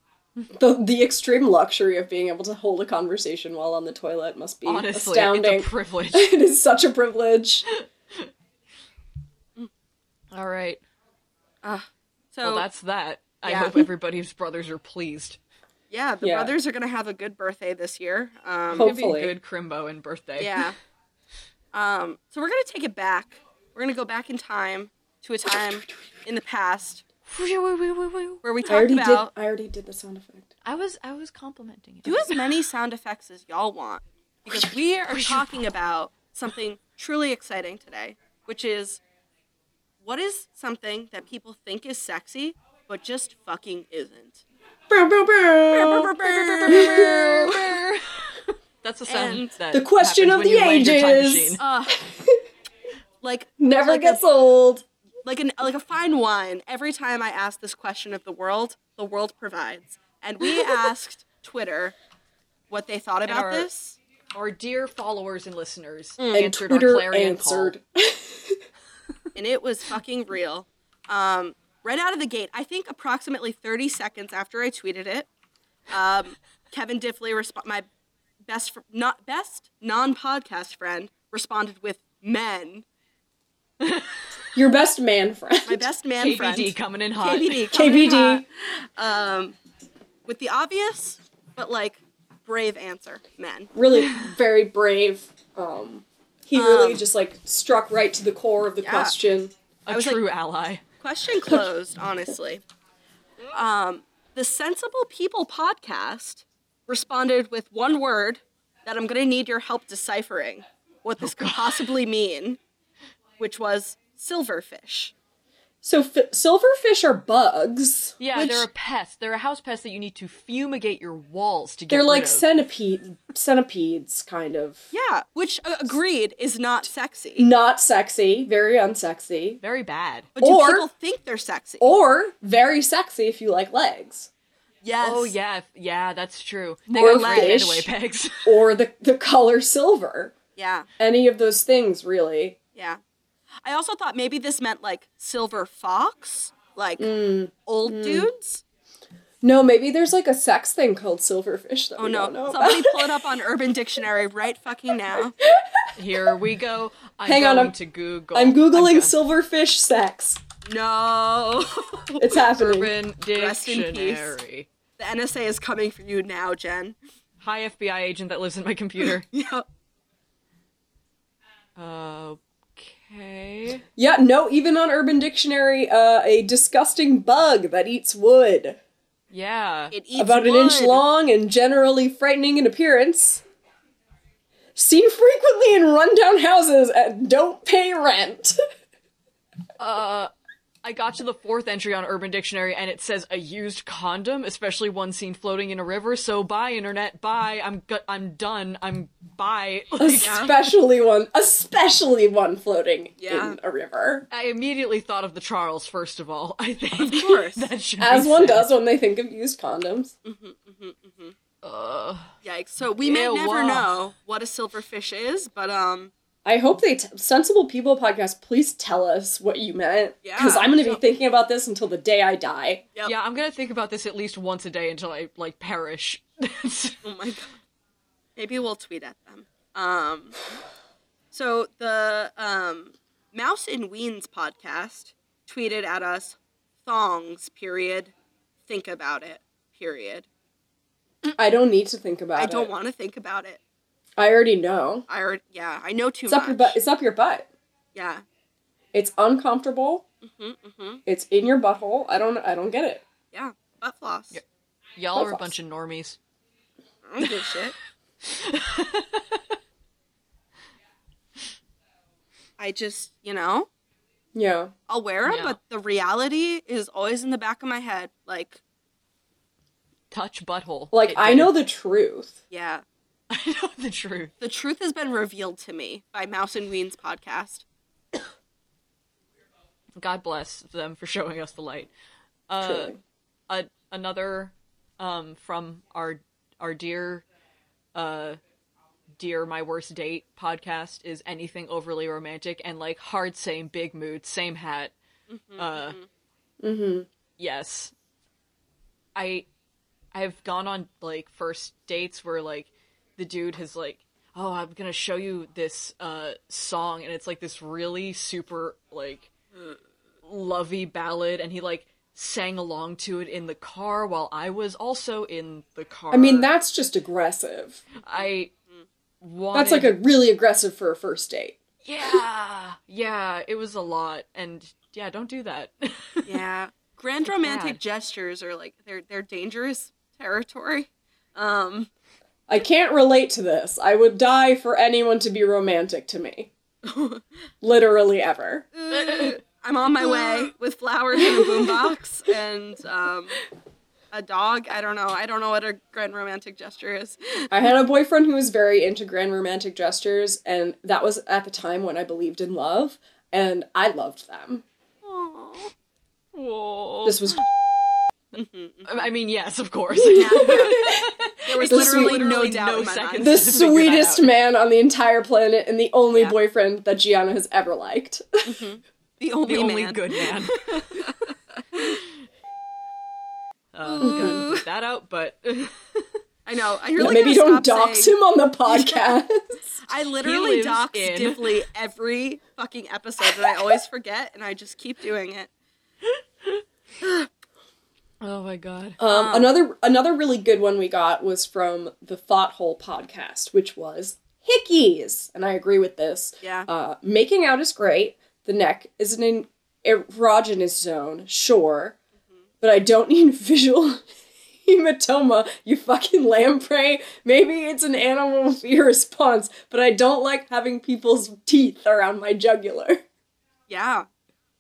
A: The the extreme luxury of being able to hold a conversation while on the toilet must be
B: Honestly,
A: astounding.
B: it's a privilege.
A: it is such a privilege.
B: All right.
C: So
B: Well, that's that. I
C: Yeah.
B: hope everybody's brothers are pleased.
C: yeah, the
A: Yeah.
C: brothers are gonna have a good birthday this year. Um,
A: Hope-
B: It'd be
A: Hopefully.
B: a good crimbo and birthday.
C: yeah. Um, so we're gonna take it back. We're gonna go back in time to a time in the past where we
A: I
C: talked
A: already did.
C: about
A: I already did the sound effect.
B: I was I was complimenting it.
C: do as many sound effects as y'all want because we are talking about something truly exciting today, which is what is something that people think is sexy but just fucking isn't.
A: Brow, brow, brow.
B: That's the sound
C: And
B: that
A: the question
B: happens
A: of
B: when
A: the
B: you land your time
A: ages.
B: machine.
C: Uh, like
A: Never
C: like
A: gets
C: a,
A: old.
C: like an like a fine wine. Every time I ask this question of the world, the world provides. And we asked Twitter what they thought about
B: our-
C: this.
B: Our dear followers and listeners
A: Mm. And
B: answered
A: Twitter
B: our clarion
A: answered.
B: call.
C: and it was fucking real. Um, right out of the gate, I think approximately 30 seconds after I tweeted it, um, Kevin Diffley, resp- my best, fr- not best non-podcast friend, responded with "men."
A: Your best man friend.
C: My best man
B: KBD
C: friend,
B: coming in hot.
C: KBD, coming
A: KBD.
C: hot, um, with the obvious but like brave answer, "men."
A: Really very brave. Um, he really just like struck right to the core of the
C: Yeah.
A: question.
B: A
C: was like-
B: true ally.
C: Question closed, honestly. Um, the Sensible People podcast responded with one word that I'm going to need your help deciphering what this could possibly mean, which was silverfish.
A: So fi- silverfish are bugs.
B: Yeah,
C: Which-
B: they're a pest. They're a house pest that you need to fumigate your walls to get
A: They're
B: rid
A: like
B: of.
A: centipede centipedes kind of.
C: Yeah, which uh, agreed is not sexy.
A: Not sexy, very unsexy,
B: Very bad.
C: But do
A: Or-
C: people think they're sexy?
A: or very sexy if you like legs
C: yes.
B: Oh yeah, if- yeah, that's true. They
C: More
B: were great
A: fish.
B: getaway pegs.
A: or the the color silver.
C: Yeah.
A: Any of those things really.
C: Yeah. I also thought maybe this meant like silver fox, like old dudes.
A: No, maybe there's like a sex thing called silverfish that
C: Oh
A: we
C: no.
A: don't know about.
C: Somebody pull it up on Urban Dictionary right fucking now.
B: Here we go. I'm
A: Hang on,
B: going
A: I'm-
B: to Google.
A: I'm googling
B: done.
A: silverfish sex.
C: No.
A: It's happening.
B: Urban
C: Rest in peace.
B: Dictionary.
C: the NSA is coming for you now, Jen.
B: Hi FBI agent that lives in my computer.
C: Yeah.
B: okay.
A: Yeah, no, even on Urban Dictionary, uh, a disgusting bug that eats wood,
B: Yeah.
C: It eats
A: about an inch
C: wood.
A: long and generally frightening in appearance. Seen frequently in rundown houses and don't pay rent.
B: I got to the fourth entry on Urban Dictionary and it says a used condom, especially one seen floating in a river. So bye, internet. Bye. I'm go- I'm done. I'm bye. Like,
A: especially one, especially one floating
C: Yeah.
A: in a river,
B: I immediately thought of the Charles first of all. I think
C: Of course.
B: that should be
A: as one
B: said.
A: does when they think of used condoms.
C: Yikes. So we may
B: Ew,
C: never
B: wow.
C: know what a silverfish is, but um,
A: I hope they t- sensible people podcast. Please tell us what you meant,
C: Yeah.
A: because I'm going to be thinking about this until the day I die.
C: yep.
B: Yeah, I'm gonna think about this at least once a day until I like perish.
C: Oh my god. Maybe we'll tweet at them. Um, so the um, Mouse and Weens podcast tweeted at us thongs. Period. Think about it. Period.
A: I don't need to think about
C: Mm. I
A: it.
C: don't want to think about it.
A: I already know.
C: I already, yeah, I know too
A: It's
C: much.
A: up your butt. It's up your butt.
C: yeah.
A: It's uncomfortable. It's in your butthole. I don't. I don't get it.
C: Yeah, butt floss.
B: Y'all are a
A: Buttholes.
B: bunch of normies.
C: I don't give a shit. I just, you know,
A: Yeah.
C: I'll wear them,
B: Yeah.
C: but the reality is always in the back of my head. Like,
B: Touch butthole.
A: Like
B: It
A: I
B: did.
A: know the truth.
C: yeah,
B: I know the truth.
C: the truth has been revealed to me by Mouse and Ween's podcast.
B: God bless them for showing us the light. Uh,
A: Truly.
B: a, another um, from our our dear uh, dear my worst date podcast is anything overly romantic and like hard same big mood same hat uh,
A: Mm-hmm.
B: yes i i've gone on like first dates where like the dude has like oh i'm gonna show you this uh song and it's like this really super like lovey ballad and he like sang along to it in the car while i was also in the car
A: I mean, that's just aggressive.
B: i wanted...
A: Mm. That's like a really aggressive for a first date.
B: yeah yeah it was a lot and yeah don't do that
C: Yeah. Grand romantic
B: bad.
C: gestures are like they're they're dangerous territory. Um
A: I can't relate to this. I would die for anyone to be romantic to me. Literally ever.
C: uh, I'm on my way with flowers and a boombox and um a dog. I don't know. I don't know what a grand romantic gesture is.
A: I had a boyfriend who was very into grand romantic gestures, and that was at the time when I believed in love, and I loved them.
C: Aw.
B: Whoa.
A: This was
B: I mean, yes, of course.
C: Yeah, yeah. There was
A: The
C: literally,
A: sweet-
C: no
B: literally
C: doubt
B: no
C: in my
B: second
C: mind.
A: the
B: to figure that
A: sweetest
B: out.
A: man on the entire planet and the only
C: Yeah.
A: boyfriend that Gianna has ever liked.
C: the only,
B: the only
C: man.
B: good man. uh,
C: Ooh.
B: gotta beat that out, but
C: I know. I really
A: Maybe
C: gotta
A: don't
C: stop
A: dox
C: saying-
A: him on the podcast.
C: I literally
B: lives
C: dox
B: in-
C: Dipley every fucking episode, and I always forget, and I just keep doing it.
B: oh my god,
A: Um, another another really good one we got was from the Thought Hole podcast, which was hickeys, and I agree with this.
C: Yeah.
A: Uh, making out is great. The neck is an en- erogenous zone, sure, but I don't need visual hematoma. You fucking lamprey. Maybe it's an animal fear response, but I don't like having people's teeth around my jugular.
C: Yeah.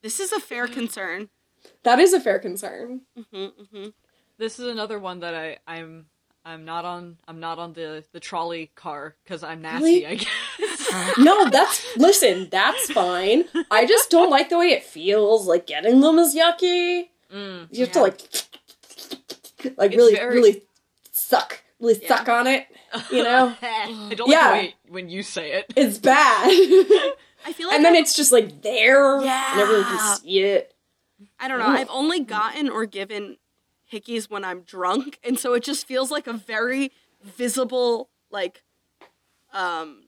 C: This is a fair concern.
A: That is a fair concern.
B: this is another one that I I'm I'm not on I'm not on the the trolley car because I'm nasty.
A: Really?
B: I guess.
A: No, that's listen, that's fine. I just don't like the way it feels. Like getting them is yucky.
B: Mm.
A: You have to like like
B: It's
A: really
B: very-
A: really suck. Really
C: Yeah.
A: suck on it. You know?
B: I don't
A: Yeah.
B: like the way when you say it.
A: it's bad.
C: I feel like
A: and then
C: I,
A: it's just like there.
C: Yeah.
A: And everyone can see it.
C: I don't know. I've only
A: Mm.
C: gotten or given hickeys when I'm drunk, and so it just feels like a very visible like um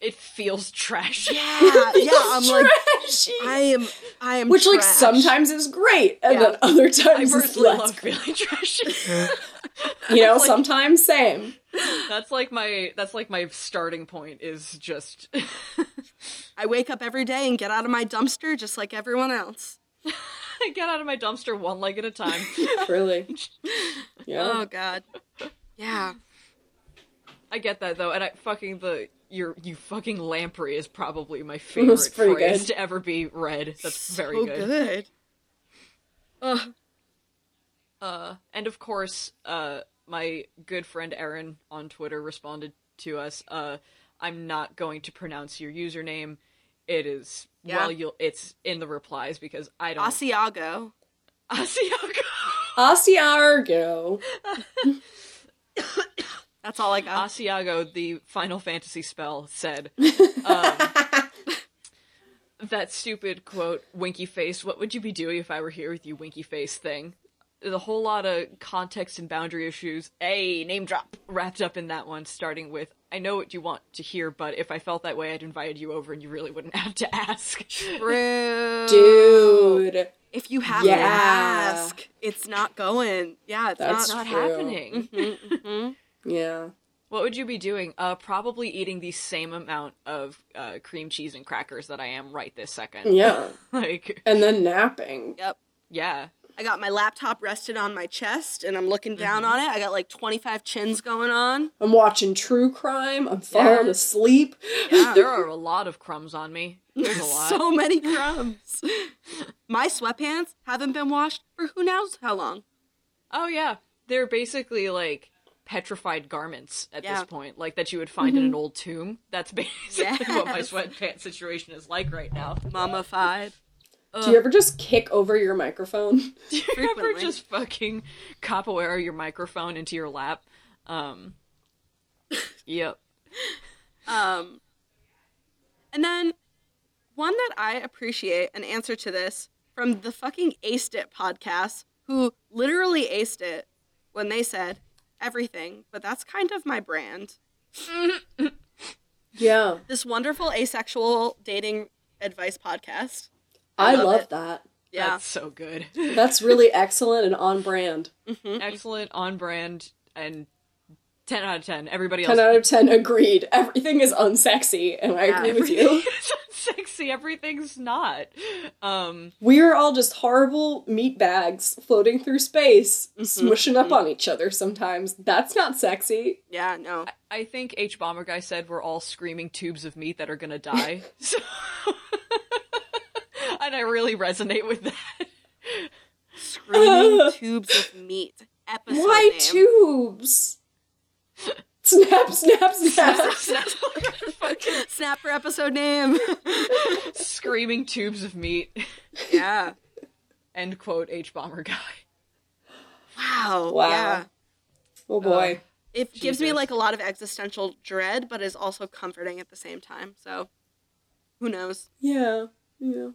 B: It feels trash.
C: yeah, yeah, I'm like
A: Trashy.
C: I am I am
A: Which like
C: trash.
A: sometimes is great and
C: Yeah.
A: then other
B: I
A: times is
B: personally
A: less.
B: love feeling trashy.
A: you know, sometimes same.
B: that's like my that's like my starting point is just
C: I wake up every day and get out of my dumpster just like everyone else.
B: get out of my dumpster one leg at a time.
A: Really. Yeah.
C: Oh god. Yeah.
B: I get that though, and I fucking the your you fucking lamprey is probably my favorite
A: was pretty
B: phrase
A: good.
B: to ever be read. That's very
C: so
B: good.
C: Oh, good. Ugh.
B: Uh, and of course, uh, my good friend Erin on Twitter responded to us. Uh, I'm not going to pronounce your username. It is
C: Yeah.
B: well, you'll it's in the replies because I don't.
C: Asiago.
B: Asiago.
A: Asiargo.
C: That's all I
A: Um,
C: got.
B: Asiago, the Final Fantasy spell, said um, that stupid quote, winky face, what would you be doing if I were here with you, winky face thing? There's a whole lot of context and boundary issues, a name drop, wrapped up in that one, starting with, I know what you want to hear, but if I felt that way, I'd invited you over and you really wouldn't have to ask.
C: Rude.
A: Dude.
C: If you have
A: Yeah.
C: to ask, it's not going. Yeah, it's
B: It's
A: That's
B: not
C: not.
A: true. Mm-hmm.
B: happening.
A: Yeah.
B: What would you be doing? Uh, probably eating the same amount of uh, cream cheese and crackers that I am right this second.
A: Yeah.
B: Like,
A: And then napping.
C: Yep.
B: yeah.
C: I got my laptop rested on my chest and I'm looking down
B: Mm-hmm.
C: on it. I got like 25 chins going on.
A: I'm watching true crime. I'm falling
B: Yeah.
A: asleep.
B: Ah, There are a lot of crumbs on me. There's a lot.
C: So many crumbs. my sweatpants haven't been washed for who knows how long.
B: oh yeah, they're basically like petrified garments at
C: Yeah. Mm-hmm.
B: this point, like that you would find in an old tomb. That's basically what my
C: Yes.
B: sweatpants situation is like right now.
C: Mummified.
A: Do you ever just kick over your microphone?
B: Do you ever
C: Frequently.
B: just fucking capoeira your microphone into your lap? Um, yep.
C: Um, and then one that I appreciate an answer to this from the fucking Aced It podcast, who literally aced it when they said everything, but that's kind of my brand.
A: Yeah,
C: This wonderful asexual dating advice podcast.
A: I,
C: love
A: love,
C: it.
A: that.
C: Yeah. Mm-hmm.
B: That's so good.
A: That's really excellent and on brand.
B: Excellent, on brand, and 10 out of 10. Everybody else.
A: Ten out of ten agreed. Everything is unsexy, and I
C: Yeah,
A: agree with you.
B: sexy, everything's not. Um,
A: We are all just horrible meat bags floating through space,
C: Mm-hmm.
A: smushing up on each other. Sometimes that's not sexy.
C: Yeah, no.
B: I think H Bomber Guy said we're all screaming tubes of meat that are gonna die. so And I really resonate with that.
C: Screaming tubes of meat. Episode
A: Why
C: name.
A: tubes? snap! Snap! Snap!
B: Fucking
C: Snap for episode name.
B: screaming tubes of meat.
C: yeah.
B: End quote H Bomber Guy.
C: Wow.
A: Wow.
C: Yeah.
A: oh boy.
C: It gives me
B: Jesus.
C: like a lot of existential dread, but is also comforting at the same time. So who knows?
A: Yeah. Yeah.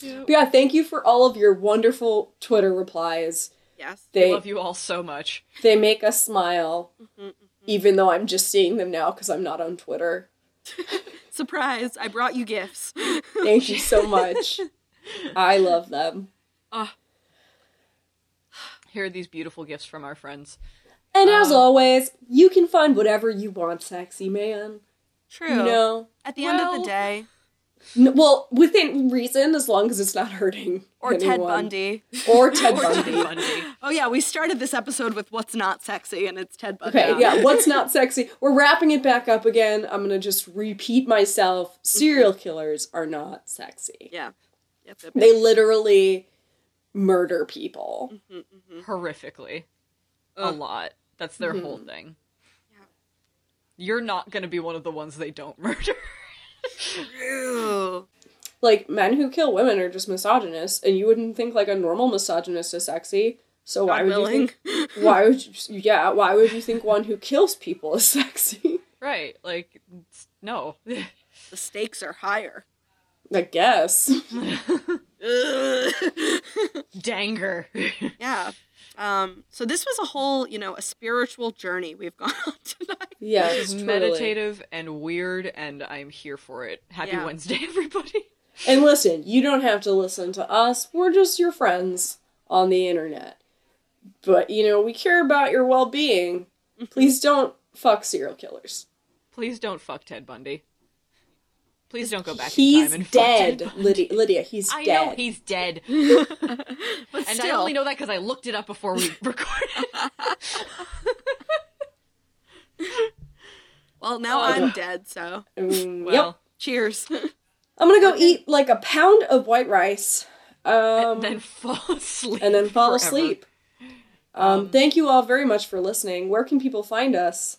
A: But yeah, thank you for all of your wonderful Twitter replies.
C: Yes.
A: They
B: Love you all so much.
A: they make us smile,
C: Mm-hmm,
A: even though I'm just seeing them now because I'm not on Twitter.
C: Surprise, I brought you gifts.
A: Thank you so much. I love them.
B: Here are these beautiful gifts from our friends.
A: And as
C: Um,
A: always, you can find whatever you want, sexy man.
C: True.
A: You know,
C: At the end of
B: Well-
C: the day,
A: N- well, within reason, as long as it's not hurting
C: or Ted
A: anyone.
C: Bundy.
A: or Ted
B: Ted
A: Bundy.
B: Bundy.
C: Oh yeah, we started this episode with what's not sexy and it's Ted Bundy.
A: Okay, yeah, what's not sexy? We're wrapping it back up again. I'm gonna just repeat myself. Serial
C: Mm-hmm.
A: killers are not sexy.
C: Yeah. Yep, yep, yep.
A: They literally murder people.
B: Horrifically. A lot. That's their whole thing.
C: Yeah.
B: You're not gonna be one of the ones they don't murder.
C: Ew.
A: Like men who kill women are just misogynists, and you wouldn't think like a normal misogynist is sexy. So why
C: God
A: would you
C: willing.
A: think? Why would you, yeah? Why would you think one who kills people is sexy?
B: right. Like it's- no.
C: The stakes are higher.
A: I guess.
C: Ugh.
B: Danger.
C: yeah. Um, so this was a whole, you know, a spiritual journey we've gone on tonight.
A: Yeah,
B: It's
A: totally.
B: meditative and weird, and I'm here for it. Happy
C: Yeah.
B: Wednesday, everybody.
A: And listen, you don't have to listen to us. We're just your friends on the internet. But, you know, we care about your well being.
B: Mm-hmm.
A: Please don't fuck serial killers.
B: Please don't fuck Ted Bundy. Please don't go back in
A: He's
B: time and
A: dead,
B: fuck Ted Bundy.
A: Lydia, Lydia. He's
B: I
A: dead. Mm,
B: know he's dead,
C: But
B: and I
C: still,
B: only know that because I looked it up before we recorded.
C: well, now I'm dead, so
A: Mm,
B: Well,
A: Yep.
C: cheers.
A: I'm gonna go eat like a pound of white rice um,
B: then fall asleep
A: and then fall
B: forever.
A: asleep. Um, thank you all very much for listening. Where can people find us?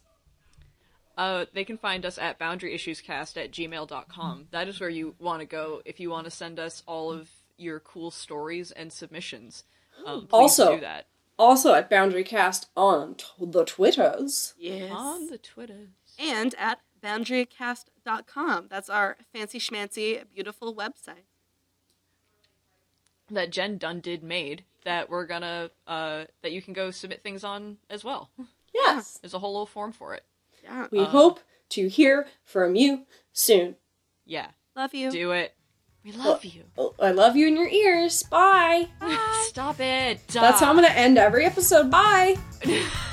B: Uh, they can find us at boundaryissuescast at
A: Mm-hmm.
B: gmail.com. That is where you want to go if you want to send us all of your cool stories and submissions. Um, please
A: Also-
B: do that
A: Also at BoundaryCast on t- the Twitters.
C: Yes.
B: on the Twitter.
C: and at boundarycast.com. That's our fancy schmancy, beautiful website.
B: that Jen Dunn did made that we're gonna uh that you can go submit things on as well.
A: Yes.
B: There's a whole little form for it.
C: Yeah.
A: We hope to hear from you soon.
B: Yeah.
C: Love you.
B: Do it. We love you.
A: Oh, I love you in your ears. Bye.
B: Stop it.
A: That's how I'm going to end every episode. Bye.
B: Duh.